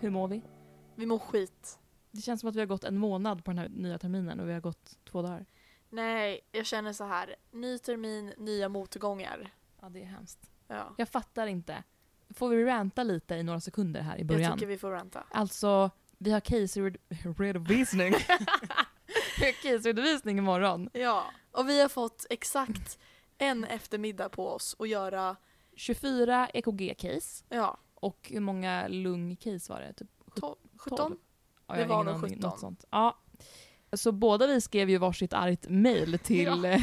mår vi? Vi mår skit. Det känns som att vi har gått en månad på den här nya terminen och vi har gått två dagar. Nej, jag känner så här. Ny termin, nya motgångar. Ja, det är hemskt. Ja. Jag fattar inte. Får vi ranta lite i några sekunder här i början? Jag tycker vi får vänta. Alltså, vi har case-redovisning. case-redovisning imorgon. Ja, och vi har fått exakt en eftermiddag på oss att göra, 24 EKG-case ja, och hur många lung-case var det? Typ to- 12? 17? Ja, Det jag har var ingen nog aning, 17. något sånt. Ja. Så båda vi skrev ju varsitt argt mejl till Ja. eh,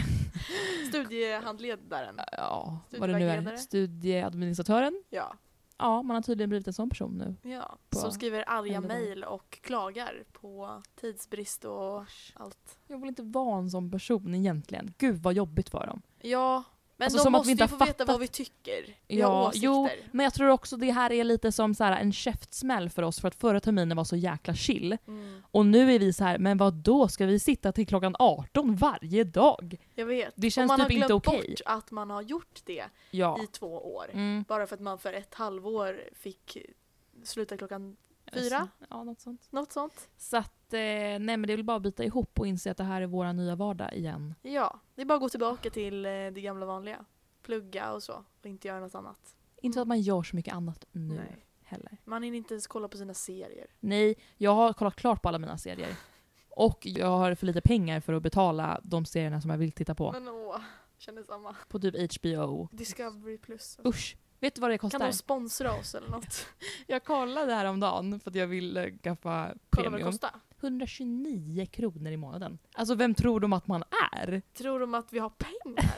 Studiehandledaren. ja, vad det nu är, Studievägledare. studieadministratören. Ja. Ja, man har tydligen blivit en sån person nu. ja. På Som skriver arga äldre. mejl och klagar på tidsbrist och allt. Jag vill inte vara en sån person egentligen. Gud vad jobbigt för dem. Ja, men Alltså, de som att vi måste inte ju har få veta fattat- vad vi tycker. Vi har Ja, jo, åsikter. men jag tror också det här är lite som så här en käftsmäll för oss för att förra terminen var så jäkla chill. Mm. Och nu är vi så här, men vad då ska vi sitta till klockan 18 varje dag? Jag vet. Det känns och man typ inte har glömt okej. bort att man har gjort det Ja. i två år. Mm. Bara för att man för ett halvår fick sluta klockan Fyra? Ja, något sånt. något sånt. Så att, eh, nej men det är väl bara att bita ihop och inse att det här är vår nya vardag igen. Ja, det är bara att gå tillbaka till eh, det gamla vanliga. Plugga och så och inte göra något annat. Inte att man gör så mycket annat nu Nej. heller. Man hinner inte ens kolla på sina serier. Nej, jag har kollat klart på alla mina serier. Och jag har för lite pengar för att betala de serierna som jag vill titta på. Men åh, känner samma. På typ HBO. Discovery plus. Usch! Vet du vad det kostar? Kan de sponsra oss eller något? Jag kollade häromdagen för att jag ville skaffa Kolla vad det premium. kostar. 129 kronor i månaden. Alltså vem tror de att man är? Tror de att vi har pengar?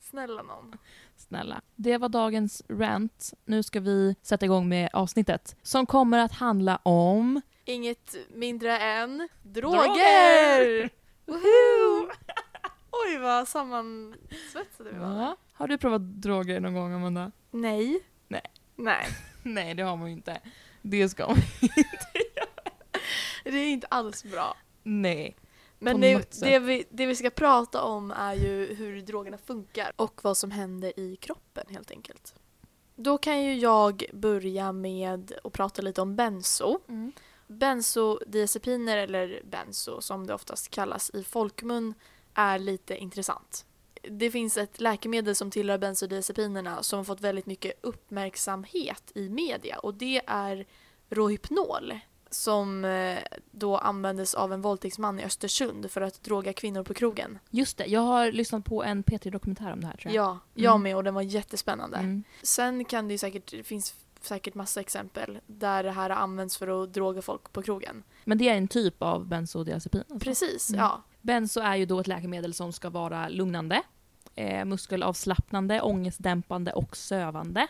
Snälla någon. Snälla. Det var dagens rant. Nu ska vi sätta igång med avsnittet som kommer att handla om... Inget mindre än Droger! droger! Woho! Oj vad sammansvetsade vi var. där. Ja. Har du provat droger någon gång Amanda? Nej. Nej. Nej. Nej det har man ju inte. Det ska man Det är inte alls bra. Nej. På Men något det, sätt. det, vi, det vi ska prata om är ju hur drogerna funkar och vad som händer i kroppen helt enkelt. Då kan ju jag börja med att prata lite om benzo. Mm. Benzodiazepiner eller benzo som det oftast kallas i folkmun är lite intressant. Det finns ett läkemedel som tillhör benzodiazepinerna som har fått väldigt mycket uppmärksamhet i media och det är Rohypnol som eh, då användes av en våldtäktsman i Östersund för att droga kvinnor på krogen. Just det, jag har lyssnat på en P3-dokumentär om det här tror jag. Ja, jag med och den var jättespännande. Mm. Sen kan det ju säkert, det finns säkert massa exempel där det här används för att droga folk på krogen. Men det är en typ av bensodiazepin? Alltså. Precis, Mm. ja. Benzo är ju då ett läkemedel som ska vara lugnande, eh, muskelavslappnande, ångestdämpande och sövande.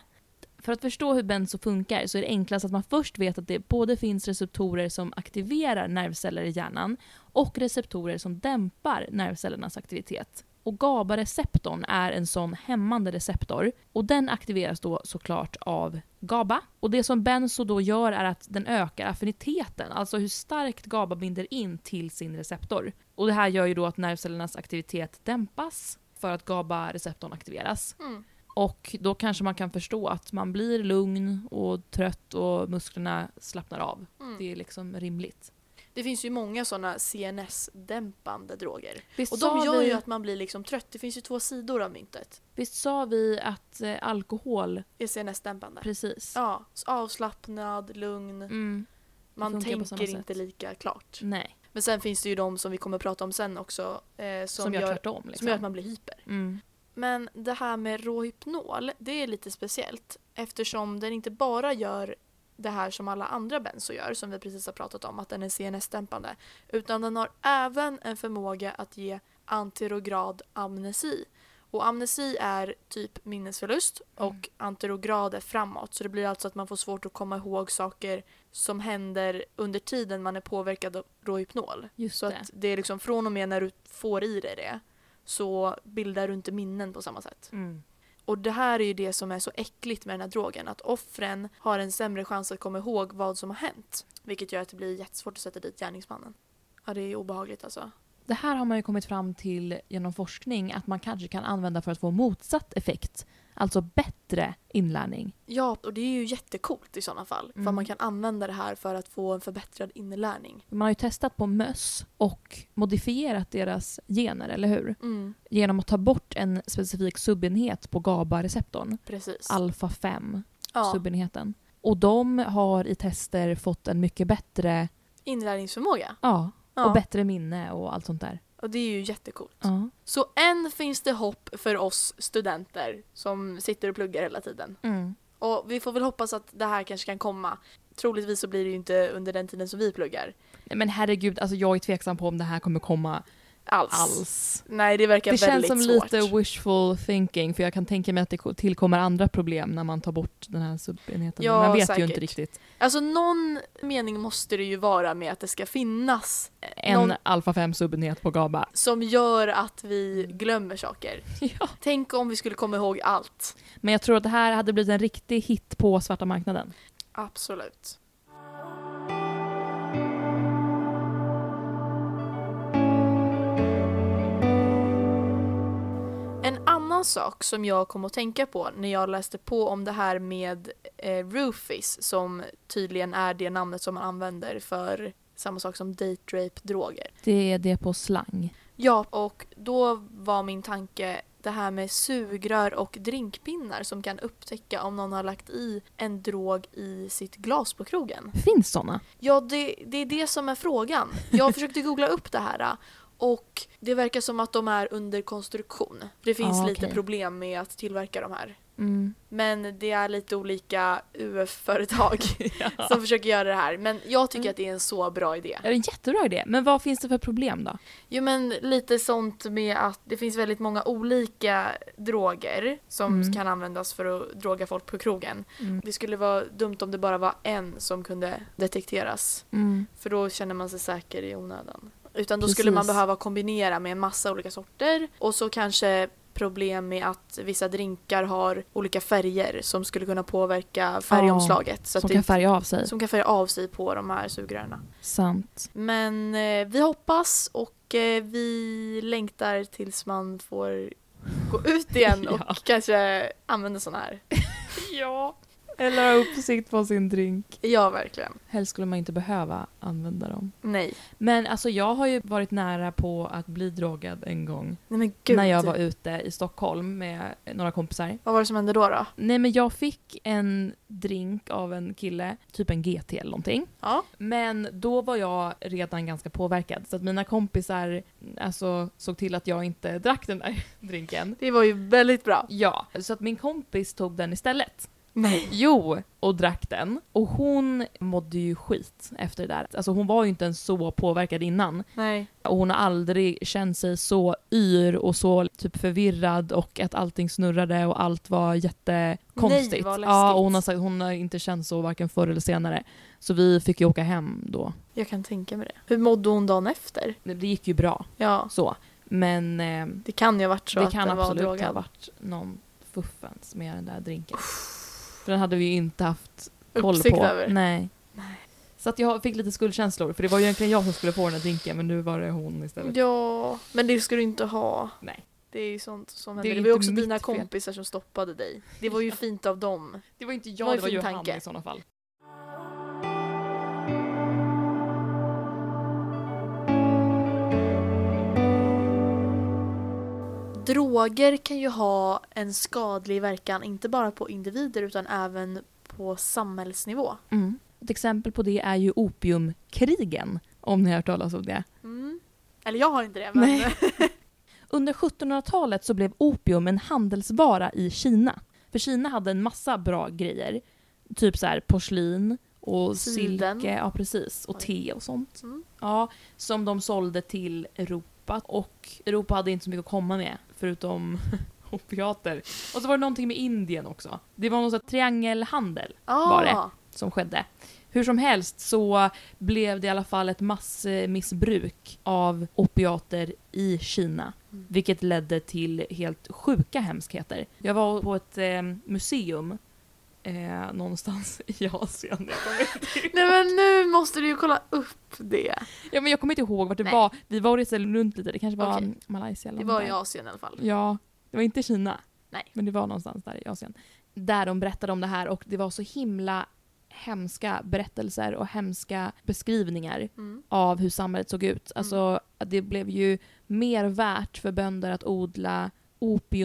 För att förstå hur benzo funkar så är det enklast att man först vet att det både finns receptorer som aktiverar nervceller i hjärnan och receptorer som dämpar nervcellernas aktivitet. Och GABA-receptorn är en sån hämmande receptor och den aktiveras då såklart av GABA. Och det som benzo då gör är att den ökar affiniteten, alltså hur starkt GABA binder in till sin receptor. Och det här gör ju då att nervcellernas aktivitet dämpas för att GABA-receptorn aktiveras. Mm. Och då kanske man kan förstå att man blir lugn och trött och musklerna slappnar av. Mm. Det är liksom rimligt. Det finns ju många sådana CNS-dämpande droger. Visst, Och de sa gör vi, ju att man blir liksom trött. Det finns ju två sidor av myntet. visst sa vi att eh, alkohol, Är CNS-dämpande. precis. Ja, så avslappnad, lugn. Mm, Man funkar på samma tänker inte sätt. lika klart. nej, Men sen finns det ju de som vi kommer prata om sen också eh, som, som, gör, gör tvärtom. Liksom. som gör att man blir hyper. mm. Men det här med Rohypnol, det är lite speciellt eftersom den inte bara gör det här som alla andra benzo gör, som vi precis har pratat om, att den är CNS-dämpande, utan den har även en förmåga att ge anterograd amnesi. Och amnesi är typ minnesförlust och Mm. anterograd är framåt, så det blir alltså att man får svårt att komma ihåg saker som händer under tiden man är påverkad av Rohypnol. Just Så det. att det är liksom från och med när du får i dig det så bildar du inte minnen på samma sätt. Mm. Och det här är ju det som är så äckligt med den här drogen, att offren har en sämre chans att komma ihåg vad som har hänt. Vilket gör att det blir jättesvårt att sätta dit gärningsmannen. Ja, det är obehagligt alltså. Det här har man ju kommit fram till genom forskning att man kanske kan använda för att få motsatt effekt. Alltså bättre inlärning. Ja, och det är ju jättecoolt i sådana fall. För Mm. man kan använda det här för att få en förbättrad inlärning. Man har ju testat på möss och modifierat deras gener, eller hur? Mm, Genom att ta bort en specifik subenhet på GABA-receptorn. precis. Alfa 5, ja, subenheten. Och de har i tester fått en mycket bättre, inlärningsförmåga. ja, Ja, och och, bättre minne och allt sånt där. det är ju jättecoolt. Ja. Så än finns det hopp för oss studenter som sitter och pluggar hela tiden. Mm. Och vi får väl hoppas att det här kanske kan komma. Troligtvis så blir det ju inte under den tiden som vi pluggar. Nej, men herregud, alltså jag är tveksam på om det här kommer komma Alls. alls. Nej, det verkar Det känns väldigt som svårt. lite wishful thinking för jag kan tänka mig att det ko- tillkommer andra problem när man tar bort den här subenheten. Ja, man vet ju säkert. inte riktigt. Alltså någon mening måste det ju vara med att det ska finnas En någon alfa 5 subenhet på GABA. som gör att vi Mm. glömmer saker. ja. Tänk om vi skulle komma ihåg allt. Men jag tror att det här hade blivit en riktig hit på svarta marknaden. Absolut. En annan sak som jag kom att tänka på när jag läste på om det här med eh, roofies som tydligen är det namnet som man använder för samma sak som date rape droger. Det är det på slang. Ja, och då var min tanke det här med sugrör och drinkpinnar som kan upptäcka om någon har lagt i en drog i sitt glas på krogen. Finns såna? Ja, det, det är det som är frågan. Jag försökte googla upp det här och det verkar som att de är under konstruktion. Det finns Ah, lite okej. problem med att tillverka de här. Mm. Men det är lite olika UF-företag Ja. som försöker göra det här. Men jag tycker Mm. att det är en så bra idé. Det är en jättebra idé. Men vad finns det för problem då? Jo men lite sånt med att det finns väldigt många olika droger som Mm. kan användas för att droga folk på krogen. Det skulle vara dumt om det bara var en som kunde detekteras. Mm. För då känner man sig säker i onödan. Utan då skulle Precis. man behöva kombinera med en massa olika sorter och så kanske problem med att vissa drinkar har olika färger som skulle kunna påverka färgomslaget. så Som att kan det, färga av sig. som kan färga av sig på de här sugrörna. Sant. Men eh, vi hoppas och eh, vi längtar tills man får gå ut igen och Ja. kanske använda sådana här. Ja. Eller ha uppsikt på sin drink. Ja, verkligen. Helst skulle man inte behöva använda dem. Nej. Men alltså jag har ju varit nära på att bli drogad en gång. Nej men gud. När jag var ute i Stockholm med några kompisar. Vad var det som hände då? då? Nej men jag fick en drink av en kille, typ en GT eller någonting. Ja. Men då var jag redan ganska påverkad så att mina kompisar alltså, såg till att jag inte drack den där drinken. Det var ju väldigt bra. Ja, så att min kompis tog den istället. Nej. Jo, och drack den. Och hon mådde ju skit efter det där. Alltså hon var ju inte ens så påverkad innan. Nej. Och hon har aldrig känt sig så yr och så typ förvirrad och att allting snurrade och allt var jättekonstigt. Nej, vad läskigt. ja, och hon har sagt hon har inte känt så varken förr eller senare. Så vi fick ju åka hem då. Jag kan tänka mig det. Hur mådde hon dagen efter? Det det gick ju bra Ja. så. Men eh, Det kan ju ha varit så det att kan den var absolut ha drogad. varit någon fuffens med den där drinken. För den hade vi ju inte haft koll Uppsikt på. över. Nej. Så att jag fick lite skuldkänslor för det var ju egentligen jag som skulle få den här drinken men nu var det hon Mm. istället. Ja, men det ska du inte ha. Nej. Det är ju sånt som Det är händer. Det, ju var ju inte också mitt dina fel. kompisar som stoppade dig. Det var ju fint av dem. Det var inte var jag, en det var ju fin tanke. han i sådana fall. Droger kan ju ha en skadlig verkan, inte bara på individer utan även på samhällsnivå. Mm. Ett exempel på det är ju opiumkrigen, om ni har hört talas om det. Mm. Eller jag har inte det, men... Nej. Under 1700-talet så blev opium en handelsvara i Kina. För Kina hade en massa bra grejer, typ så här porslin och Siden. silke ja, precis, Oj. och te och sånt. Mm. Ja, som de sålde till Europa. Och Europa hade inte så mycket att komma med, förutom opiater. Och så var det någonting med Indien också. Det var någon sån här triangelhandel. Ah, Var det? som skedde. Hur som helst så blev det i alla fall ett massmissbruk av opiater i Kina. Mm. Vilket ledde till helt sjuka hemskheter. Jag var på ett eh, museum eh, någonstans i Asien. Jag kommer inte- Nej men nu måste du ju kolla upp det. ja, men jag kommer inte ihåg vart det Nej. var. Vi var och reste runt lite. Det kanske var Okej. mm, Malaysia eller Det något var i där. Asien i alla fall. Ja, det var inte Kina. Nej. Men det var någonstans där i Asien. Där de berättade om det här och det var så himla hemska berättelser och hemska beskrivningar Mm. av hur samhället såg ut. Alltså, att det blev ju mer värt för bönder att odla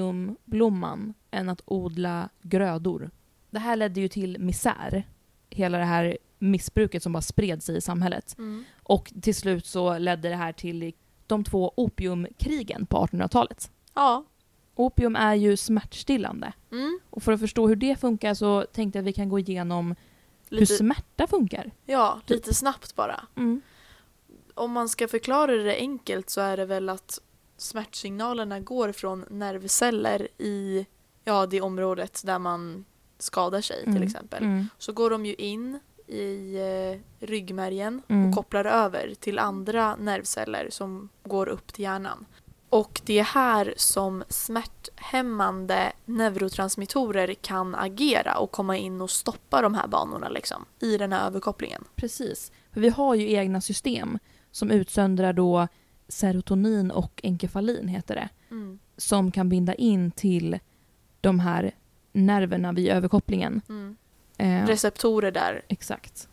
opiumblomman än att odla grödor. Det här ledde ju till misär. Hela det här missbruket som bara spred sig i samhället. Mm. Och till slut så ledde det här till de två opiumkrigen på 1800-talet. Ja. Opium är ju smärtstillande. Mm. Och för att förstå hur det funkar så tänkte jag att vi kan gå igenom hur Lite, smärta funkar. ja, lite snabbt bara. Om man ska förklara det enkelt så är det väl att smärtsignalerna går från nervceller i ja, det området där man skadar sig till Mm. exempel. Mm. Så går de ju in i eh, ryggmärgen Mm. och kopplar över till andra nervceller som går upp till hjärnan. Och det är här som smärthämmande neurotransmittorer kan agera och komma in och stoppa de här banorna liksom, i den här överkopplingen. Precis. För vi har ju egna system som utsöndrar då serotonin och enkefalin heter det. Mm. Som kan binda in till de här nerverna vid överkopplingen. Mm. Eh, Receptorer där, Exakt.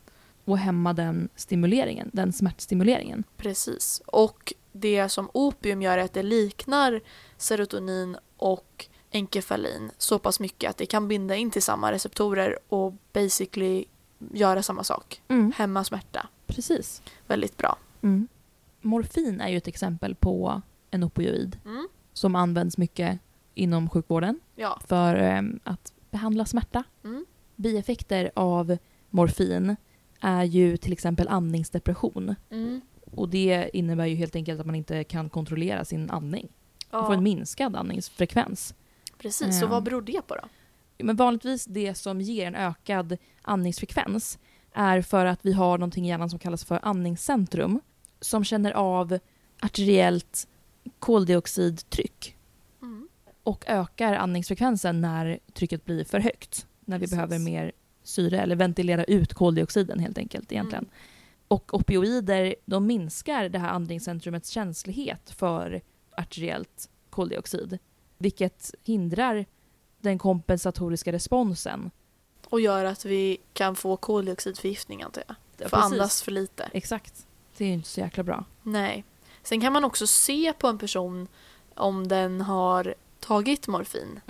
Och hämma den stimuleringen, den smärtstimuleringen. precis. Och det som opium gör är att det liknar serotonin och enkefalin så pass mycket att det kan binda in till samma receptorer och basically göra samma sak. Hämma smärta Precis. väldigt bra. Morfin är ju ett exempel på en opioid Mm. som används mycket inom sjukvården Ja. för eh, att behandla smärta. Mm. Bieffekter av morfin är ju till exempel andningsdepression. Mm. Och det innebär ju helt enkelt att man inte kan kontrollera sin andning. Man får en ja. minskad andningsfrekvens. Precis, så Ja. vad beror det på då? Men vanligtvis det som ger en ökad andningsfrekvens är för att vi har någonting i hjärnan som kallas för andningscentrum som känner av arteriellt koldioxidtryck Mm. och ökar andningsfrekvensen när trycket blir för högt. När vi Precis. behöver mer syre eller ventilera ut koldioxiden helt enkelt egentligen. Mm. Och opioider de minskar det här andningscentrumets känslighet för arteriellt koldioxid. Vilket hindrar den kompensatoriska responsen. Och gör att vi kan få koldioxidförgiftning antar jag. För Precis. andas för lite. Exakt. Det är ju inte så jäkla bra. Nej. Sen kan man också se på en person om den har tagit morfin.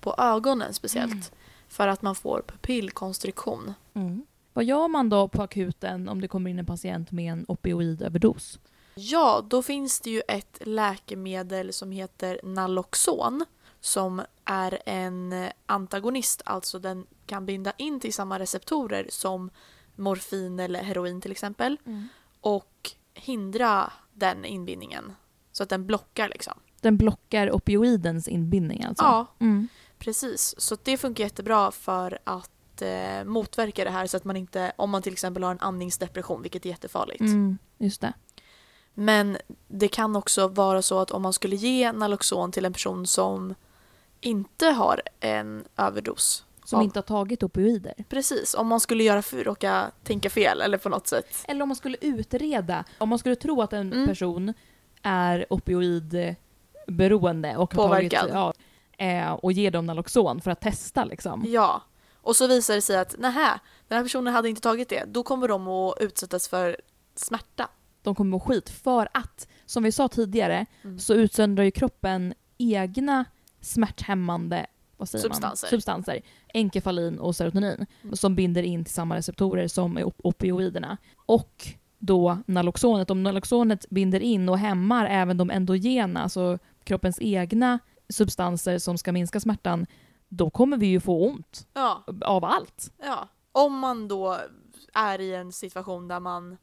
På ögonen speciellt. Mm. För att man får pupillkonstriktion. Mm. Vad gör man då på akuten om det kommer in en patient med en opioidöverdos? Ja, då finns det ju ett läkemedel som heter Naloxon som är en antagonist, alltså den kan binda in till samma receptorer som morfin eller heroin till exempel och hindra den inbindningen så att den blockar liksom. Den blockar opioidens inbindning alltså? Ja, Mm. precis. Så det funkar jättebra för att eh, motverka det här så att man inte, om man till exempel har en andningsdepression, vilket är jättefarligt, Mm. Just det. Men det kan också vara så att om man skulle ge Naloxon till en person som inte har en överdos. Som Ja. inte har tagit opioider. Precis, om man skulle göra för, råka tänka fel eller på något sätt. Eller om man skulle utreda. Om man skulle tro att en Mm. person är opioidberoende och har tagit, Påverkad. ja, eh, och ger dem Naloxon för att testa liksom. Ja. Och så visar det sig att nähä, den här personen hade inte tagit det. Då kommer de att utsättas för smärta. De kommer må skit för att, som vi sa tidigare, Mm. så utsöndrar ju kroppen egna smärthämmande vad säger Substanser. Man? substanser. Enkefalin och serotonin Mm. som binder in till samma receptorer som op- opioiderna. Och då Naloxonet. Om Naloxonet binder in och hämmar även de endogena, alltså kroppens egna substanser som ska minska smärtan, då kommer vi ju få ont Ja, av allt. ja. Om man då är i en situation där man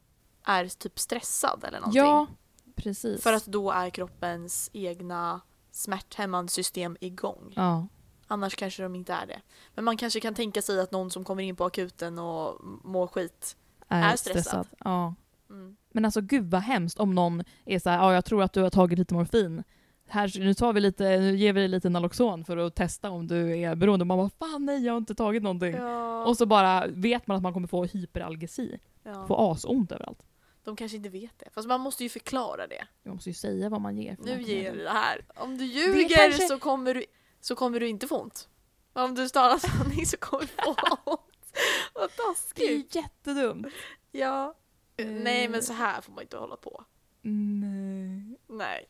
är typ stressad eller någonting. Ja, precis. För att då är kroppens egna smärthämmande system igång. ja. Annars kanske de inte är det. Men man kanske kan tänka sig att någon som kommer in på akuten och mår skit. är, Är stressad. stressad. Ja. Mm. Men alltså gud vad hemskt om någon är så här, ja jag tror att du har tagit lite morfin. Här, nu, tar vi lite, nu ger vi dig lite Naloxon för att testa om du är beroende. Man bara, fan nej jag har inte tagit någonting. Ja, Mm. Och så bara vet man att man kommer få hyperalgesi. Få ja. asont överallt. De kanske inte vet det. Fast man måste ju förklara det. Man måste ju säga vad man ger. för Nu läkemedel. ger jag det här. Om du Det är ljuger kanske- så kommer du så kommer du inte få ont. Om du talar sanning så kommer du få ont. Vad Det är taskigt. ju jättedumt. Ja. Mm. Nej men så här får man inte hålla på. Nej. Nej.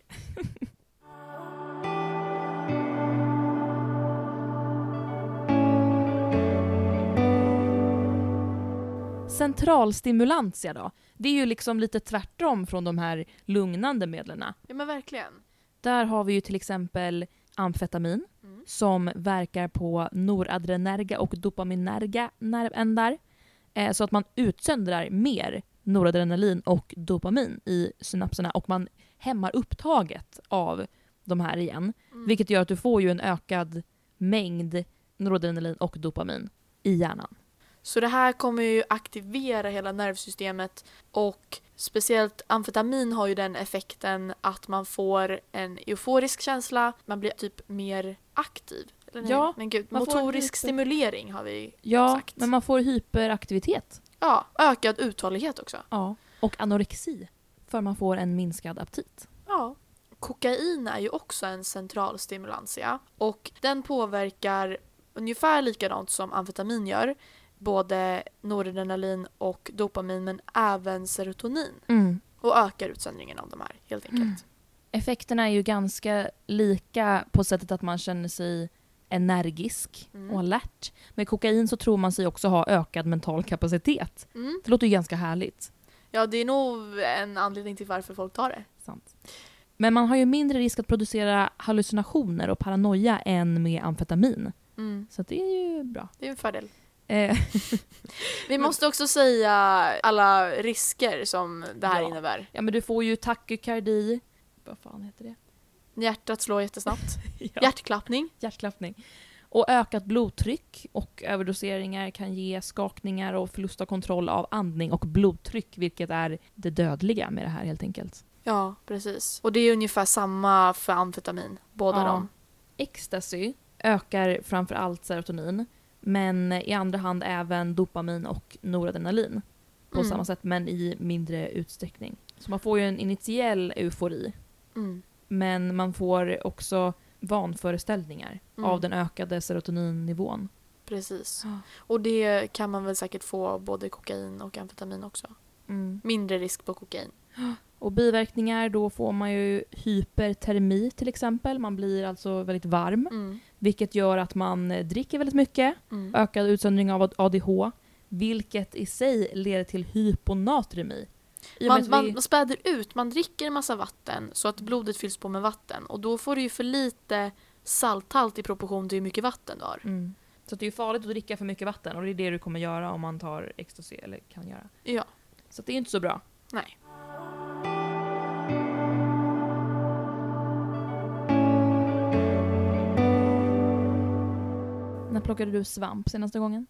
Centralstimulantia då? Det är ju liksom lite tvärtom från de här lugnande medlen. Ja men verkligen. Där har vi ju till exempel amfetamin Mm. som verkar på noradrenerga och dopaminerga nervändar. Eh, så att man utsöndrar mer noradrenalin och dopamin i synapserna och man hämmar upptaget av de här igen. Mm. Vilket gör att du får ju en ökad mängd noradrenalin och dopamin i hjärnan. Så det här kommer ju aktivera hela nervsystemet och speciellt amfetamin har ju den effekten att man får en euforisk känsla, man blir typ mer aktiv. Eller nej, Ja, men gud, man får motorisk lite- stimulering har vi. Ja, Exakt. men man får hyperaktivitet. Ja, ökad uthållighet också. Ja. Och anorexi. För man får en minskad aptit. Ja. Kokain är ju också en central stimulantia och den påverkar ungefär likadant som amfetamin gör, både noradrenalin och dopamin men även serotonin. Mm. och ökar utsöndringen av de här helt enkelt. Effekterna är ju ganska lika på sättet att man känner sig energisk Mm. och alert. Med kokain så tror man sig också ha ökad mental kapacitet. Mm. Det låter ju ganska härligt. Ja, det är nog en anledning till varför folk tar det. Sant. Men man har ju mindre risk att producera hallucinationer och paranoia än med amfetamin. Mm. Så att det är ju bra. Det är en fördel. Eh, Vi måste också säga alla risker som det här Ja. innebär. ja men du får ju takykardi. Vad fan heter det? Hjärtat slår jättesnabbt. Ja. Hjärtklappning. hjärtklappning. Och ökat blodtryck och överdoseringar kan ge skakningar och förlust av kontroll av andning och blodtryck vilket är det dödliga med det här helt enkelt. Ja, precis. Och det är ungefär samma för amfetamin. Båda Ja. dem. Ecstasy ökar framförallt serotonin men i andra hand även dopamin och noradrenalin på Mm. samma sätt men i mindre utsträckning. Så man får ju en initiell eufori Mm. men man får också vanföreställningar Mm. av den ökade serotoninnivån. Precis. Ja. Och det kan man väl säkert få både kokain och amfetamin också. Mm. Mindre risk på kokain. Och biverkningar, då får man ju hypertermi till exempel. Man blir alltså väldigt varm, Mm. vilket gör att man eh, dricker väldigt mycket. Mm. Ökad utsöndring av ADH, vilket i sig leder till hyponatremi. I och med Man, att man, vi- man späder ut, man dricker en massa vatten så att blodet fylls på med vatten och då får du ju för lite salthalt i proportion till hur mycket vatten du har. mm. Så att det är ju farligt att dricka för mycket vatten och det är det du kommer göra om man tar ecstasy, eller kan göra. Ja, Så att det är inte så bra. nej. När plockade du svamp senaste gången?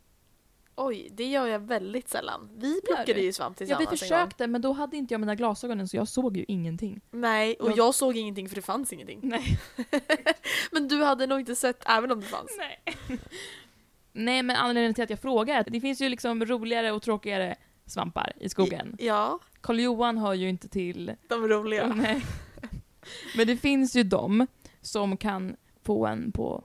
Oj, det gör jag väldigt sällan. Vi Gör plockade du? ju svamp Ja, tillsammans vi en försökte men då hade inte jag mina glasögonen så jag såg ju ingenting. gång. Nej, och Ja. jag såg ingenting för det fanns ingenting. Nej. Men du hade nog inte sett även om det fanns. Nej. Nej, men anledningen till att jag frågar är att det finns ju liksom roligare och tråkigare svampar i skogen. Ja, Karl Johan hör ju inte till... de roliga. Nej. Men det finns ju de som kan få en på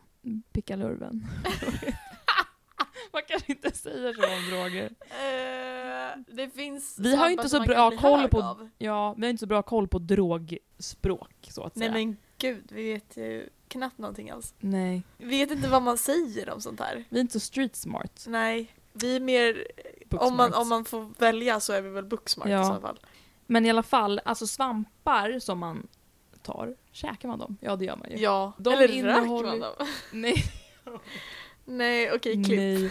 pickalurven. Man kan inte säga så om droger. Eh, det finns Vi har ju svampar inte som så man kan bra bli koll hög på- av. Ja, vi har inte så bra koll på drogspråk så att Nej säga. men gud, vi vet ju knappt någonting alls. Nej. Vi vet inte vad man säger om sånt här. Vi är inte så street smart. Nej, vi är mer... Om man, om man får välja så är vi väl booksmart Ja. i så fall. Men i alla fall, alltså svampar som man tar, käkar man dem? Ja, det gör man ju. Ja, De eller innehåller- röker man dem? Nej. Nej, okej, klipp. Nej.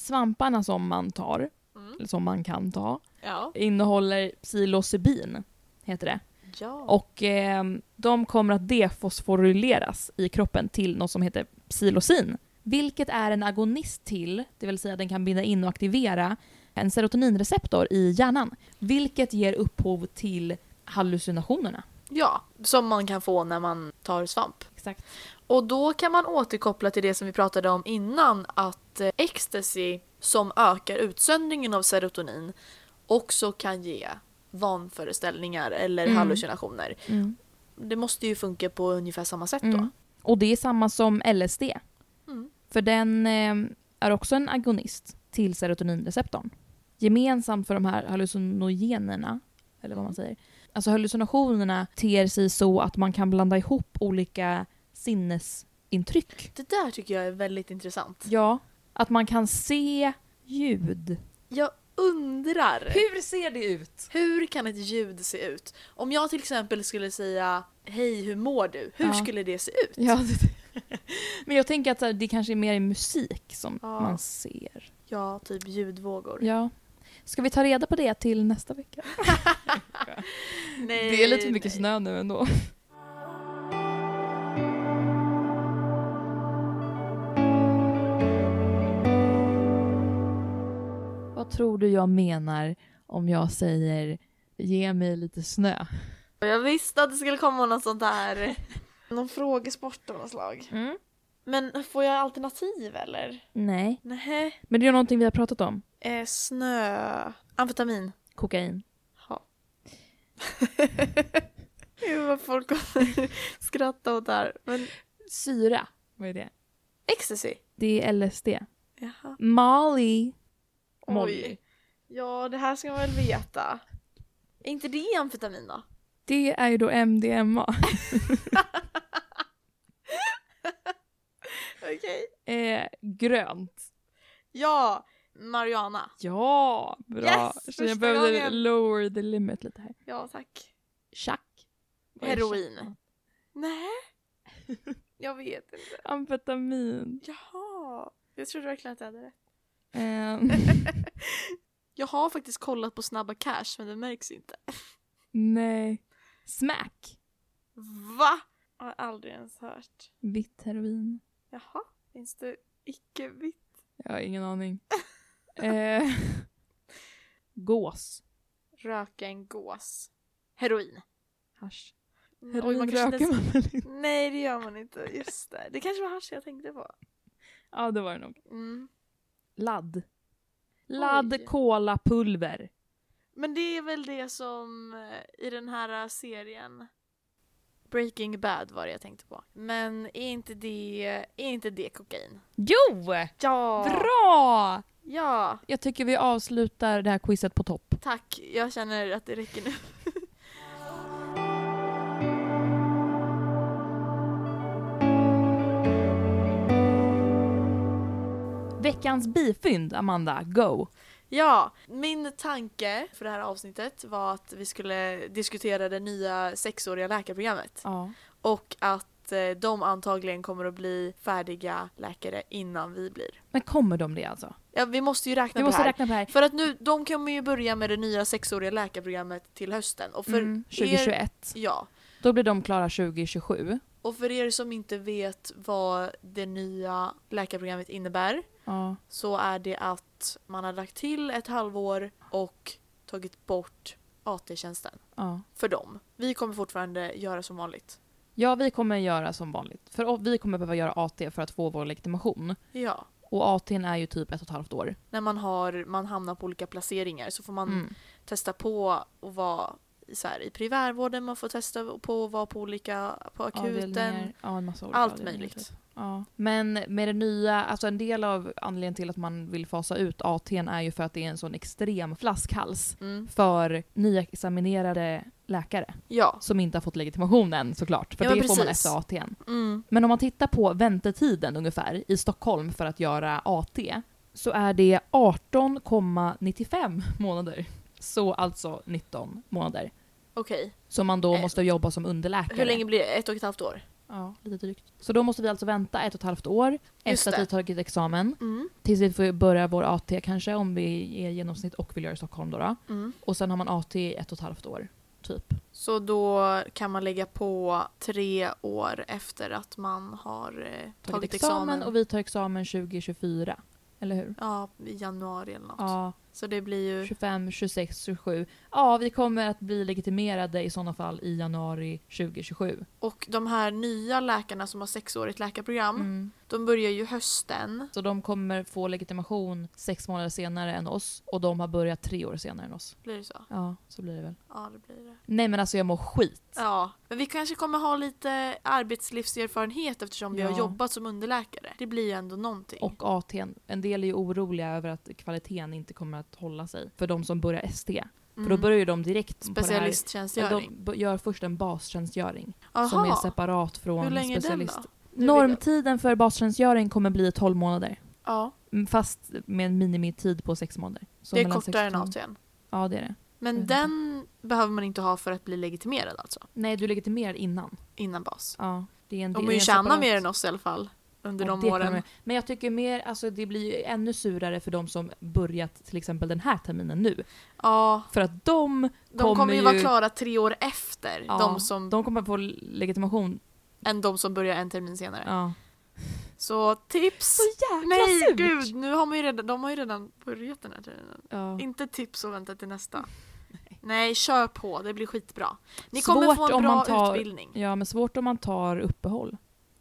Svamparna som man tar, Mm. eller som man kan ta, Ja. innehåller psilocybin, heter det. ja. Och eh, de kommer att defosforyleras i kroppen till något som heter psilocin, vilket är en agonist till, det vill säga den kan binda in och aktivera en serotoninreceptor i hjärnan, vilket ger upphov till hallucinationerna. Ja, som man kan få när man tar svamp. Exakt. Och då kan man återkoppla till det som vi pratade om innan att eh, ecstasy som ökar utsöndringen av serotonin också kan ge vanföreställningar eller Mm. hallucinationer. Mm. Det måste ju funka på ungefär samma sätt då. Mm. Och det är samma som LSD. Mm. För den eh, är också en agonist till serotoninreceptorn. Gemensamt för de här hallucinogenerna, eller vad man säger, alltså hallucinationerna ter sig så att man kan blanda ihop olika sinnesintryck. Det där tycker jag är väldigt intressant. Ja, att man kan se ljud. Jag undrar, Hur ser det ut? hur kan ett ljud se ut? Om jag till exempel skulle säga Hej hur mår du? Hur Ja. skulle det se ut? Ja, det- men jag tänker att så här, det kanske är mer i musik som Ja. man ser. Ja, typ ljudvågor. Ja. Ska vi ta reda på det till nästa vecka? Nej, Det är lite för mycket nej. snö nu ändå. Vad tror du jag menar om jag säger ge mig lite snö? Jag visste att det skulle komma något sånt där. Någon frågesport av något slag. Mm. Men får jag alternativ eller? Nej. Nej. Men det är ju någonting vi har pratat om. Eh, snö... Amfetamin. Kokain. Ja. Gud vad folk kommer skratta åt det här. Men Syra. Vad är det? ecstasy? Det är LSD. Jaha. Molly. Oj. Molly. Ja, det här ska man väl veta. Är inte det amfetamin då? Det är ju då MDMA. Okej. Eh, grönt. Ja, marijuana. Ja, bra. Yes, Så jag första behövde gången. lower the limit lite här. Ja, tack. Chack. Vad är chack? Heroin. Nej. Jag vet inte. Amfetamin. Jaha. Jag trodde verkligen att jag hade rätt. Ehm, Jag har faktiskt kollat på Snabba Cash men det märks inte. nej. Smack. Va? Jag har aldrig ens hört. Vitt heroin. Jaha, finns det icke-vitt? Jag har ingen aning. Eh, gås. Röka en gås. Heroin. Hasch. Mm, Heroin man kanske röker inte man väl inte? ens- Nej, det gör man inte. Just det. Det kanske var hasch jag tänkte på. Ja, det var det nog. Mm. Ladd. Ladd Oj. kolapulver. Men det är väl det som eh, i den här eh, serien Breaking Bad var det jag tänkte på. Men är inte det, är inte det kokain? Jo! Ja! Bra! Ja! Jag tycker vi avslutar det här quizet på topp. Tack, jag känner att det räcker nu. Veckans bifynd, Amanda. Go! Ja, min tanke för det här avsnittet var att vi skulle diskutera det nya sexåriga läkarprogrammet. Ja. Och att eh, de antagligen kommer att bli färdiga läkare innan vi blir. Men kommer de det alltså? Ja, vi måste ju räkna Vi på det måste här. räkna på det här. För att nu, de kommer ju börja med det nya sexåriga läkarprogrammet till hösten. Och för Mm, Er, 2021. ja, Då blir de klara 2027. och för er som inte vet vad det nya läkarprogrammet innebär Ja. så är det att man har lagt till ett halvår och tagit bort AT-tjänsten ja. för dem. Vi kommer fortfarande göra som vanligt. Ja, vi kommer göra som vanligt. För o- vi kommer behöva göra AT för att få vår legitimation. Ja. Och AT är ju typ ett och ett halvt år. När man, har, man hamnar på olika placeringar så får man Mm. testa på att vara i så här, i primärvården, man får testa på att vara på olika, på akuten, Avdelningar, Ja, en massa olika allt avdelningar, möjligt. typ. Ja. Men med det nya, alltså en del av anledningen till att man vill fasa ut AT är ju för att det är en sån extrem flaskhals Mm. för nyexaminerade läkare Ja. som inte har fått legitimation än såklart. För Ja, det men får man precis. efter AT. n. Mm. Men om man tittar på väntetiden ungefär i Stockholm för att göra AT så är det 18,95 månader. Så alltså 19 månader. Okej. Som man då Eh, måste jobba som underläkare. Hur länge blir det? Ett och ett halvt år? Ja, lite drygt. Så då måste vi alltså vänta ett och ett halvt år Just efter att det. vi tagit examen. Mm. Tills vi får börja vår AT kanske om vi är i genomsnitt och vill göra i Stockholm då. då. Mm. Och sen har man AT i ett och ett halvt år. Typ. Så då kan man lägga på tre år efter att man har eh, tagit, Tagit, examen. examen och vi tar examen 2024. Eller hur? Ja, i januari eller något. Ja, Så det blir ju... 25, 26, 27. Ja, vi kommer att bli legitimerade i sådana fall i januari 2027. Och de här nya läkarna som har sexårigt läkarprogram, Mm. de börjar ju hösten. Så de kommer få legitimation sex månader senare än oss och de har börjat tre år senare än oss. Blir det så? Ja, så blir det väl. Ja, det blir det. Nej men alltså jag mår skit. Ja, men vi kanske kommer ha lite arbetslivserfarenhet eftersom vi Ja. har jobbat som underläkare. Det blir ju ändå någonting. Och AT'n. En del är ju oroliga över att kvaliteten inte kommer att hålla sig för de som börjar ST. För då Mm. börjar ju de direkt på det här. Specialisttjänstgöring. De b- gör först en bastjänstgöring som är Jaha, separat från hur länge är den specialist. då? Det Normtiden för bastjänstgöring kommer bli 12 månader. Ja, Mm, Fast med en minimitid på 6 månader. Så det är mellan sex kortare och än tio- ATN. Ja det är det. Men Mm. den behöver man inte ha för att bli legitimerad alltså, Nej du är legitimerad innan. innan bas. Ja, det är en, De det har är ju en tjänat separat- mer än oss i alla fall under Ja, det de kan åren. man- Men jag tycker mer, alltså det blir ju ännu surare för de som börjat till exempel den här terminen nu. Ja, För att de, de kommer, Kommer ju ju- vara klara tre år efter ja, de som, de kommer få legitimation. än de som börjar en termin senare. Ja. Så tips! Så jäkla Nej surt! gud, nu har man ju redan, de har ju redan börjat den här terminen. Ja. Inte tips och vänta till nästa. Nej, kör på, det blir skitbra. Ni Svårt kommer få en om bra man tar- utbildning. ja, men svårt om man tar uppehåll.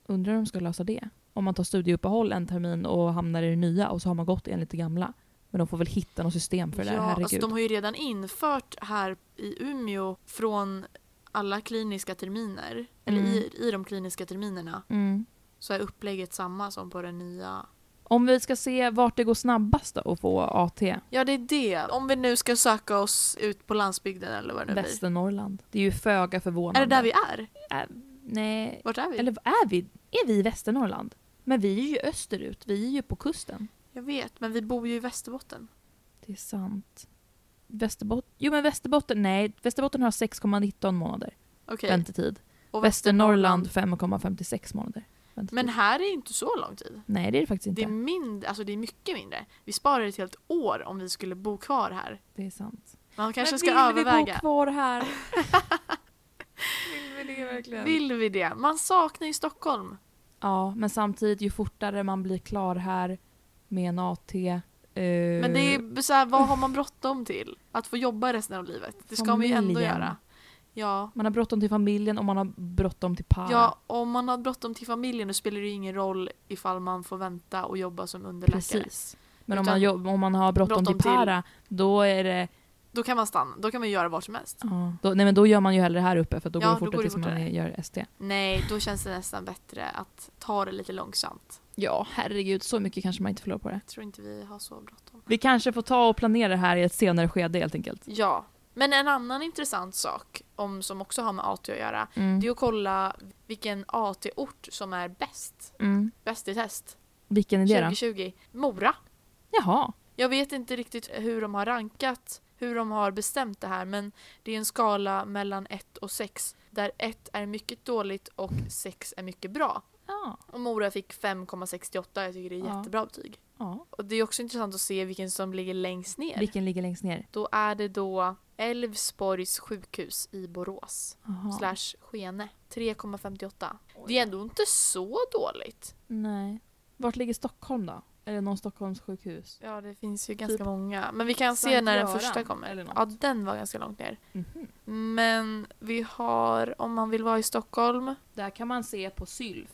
Undrar hur de ska lösa det. Om man tar studieuppehåll en termin och hamnar i det nya och så har man gått enligt det gamla. Men de får väl hitta något system för det där, ja, herregud. alltså de har ju redan infört här i Umeå från alla kliniska terminer, eller Mm. i, i de kliniska terminerna, mm. så är upplägget samma som på den nya. Om vi ska se vart det går snabbast då att få AT, Ja, det är det. Om vi nu ska söka oss ut på landsbygden eller vad det nu blir. Västernorrland. Det är ju föga förvånande. Är det där vi är? Äh, nej, Vart är vi? Eller är vi, är vi i Västernorrland? Men vi är ju österut, vi är ju på kusten. Jag vet, men vi bor ju i Västerbotten. Det är sant. Västerbotten, jo men Västerbotten, nej, Västerbotten har 6,19 månader Okej. väntetid. Och Västernorrland 5,56 månader väntetid. Men här är inte så lång tid. nej det är det faktiskt inte. Det är, Det, mindre, alltså det är mycket mindre. Vi sparar ett helt år om vi skulle bo kvar här. är sant. Man kanske men ska vill vi bo överväga. kvar här? vill vi det verkligen? Vill vi det? Man saknar ju Stockholm. Ja, men samtidigt ju fortare man blir klar här med en eh, AT. Men det är så här, vad har man bråttom till? Att få jobba resten av livet. Det ska man ju ändå Familjen. göra. Ja. Man har bråttom till familjen och man har bråttom till para. ja, om man har bråttom till familjen då spelar det ju ingen roll ifall man får vänta och jobba som underläkare. Precis. Men om Utan- man, jobb, om man har bråttom Bråttom till till- para, då är det... Då kan man stanna, då kan man göra vad som helst. Ja. Då, nej men då gör man ju hellre här uppe för att då Ja, går det då fortare går det tills man fortare. gör ST. Nej, då känns det nästan bättre att ta det lite långsamt. Ja, herregud, så mycket kanske man inte förlorar på det. Jag tror inte vi har så bråttom. Vi kanske får ta och planera det här i ett senare skede helt enkelt. Ja, men en annan intressant sak om, som också har med AT att göra Mm. det är att kolla vilken AT-ort som är bäst. Mm. Bäst i test. Vilken är det då? 2020. Mora. Jaha. Jag vet inte riktigt hur de har rankat, hur de har bestämt det här, men det är en skala mellan 1 och 6 där 1 är mycket dåligt och 6 är mycket bra. Ja. Och Mora fick 5,68. Jag tycker det är Ja. jättebra betyg. ja. Och det är också intressant att se vilken som ligger längst ner. Vilken ligger längst ner? Då är det då Älvsborgs sjukhus i Borås. Jaha. Slash Skene. 3,58. Det är ändå inte så dåligt. Nej. Vart ligger Stockholm då? Är det någon Stockholms sjukhus? Ja, det finns ju ganska ganska många. Typ Men vi kan se Sankt när den Göran första kommer. eller något. Ja, den var ganska långt ner. Mhm. Men vi har, om man vill vara i Stockholm, Där kan man se på Sylf.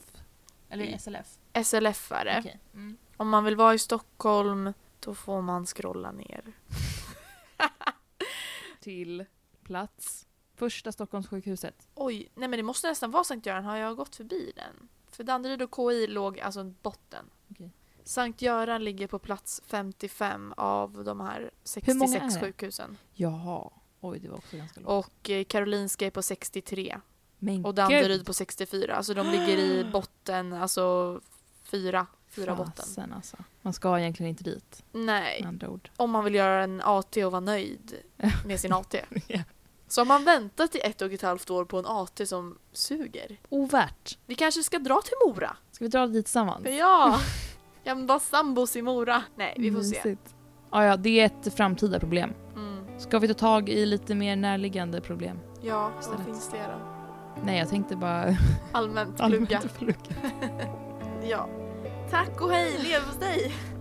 Mm. SLF. SLF-are. Okej. Mm. Om man vill vara i Stockholm, då får man scrolla ner. Till plats. Första Stockholmssjukhuset. Oj, nej men det måste nästan vara Sankt Göran. Har jag gått förbi den? För Danderyd och KI låg alltså botten. Okej. Sankt Göran ligger på plats 55 av de här Hur många är 66 det? sjukhusen. Jaha. Oj, det var också ganska lågt. Och eh, Karolinska är på 63 Men och gud, Danderyd på 64. Alltså de ligger i botten, alltså fyra. Fyra botten. fasen alltså. Man ska egentligen inte dit, Nej, med andra ord. om man vill göra en AT och vara nöjd med sin AT. Ja. Så om man väntat i ett och ett halvt år på en AT som suger. Ovärt. Vi kanske ska dra till Mora? Ska vi dra dit tillsammans? Ja! Jag vill vara sambos i Mora. Nej, vi får Mm, se. Mysigt. Ja, ja, det är ett framtida problem. Mm. Ska vi ta tag i lite mer närliggande problem? Ja, Istället. vad finns det då? Nej, jag tänkte bara Allmänt plugga. allmänt plugga. Ja. Tack och hej, leverpastej!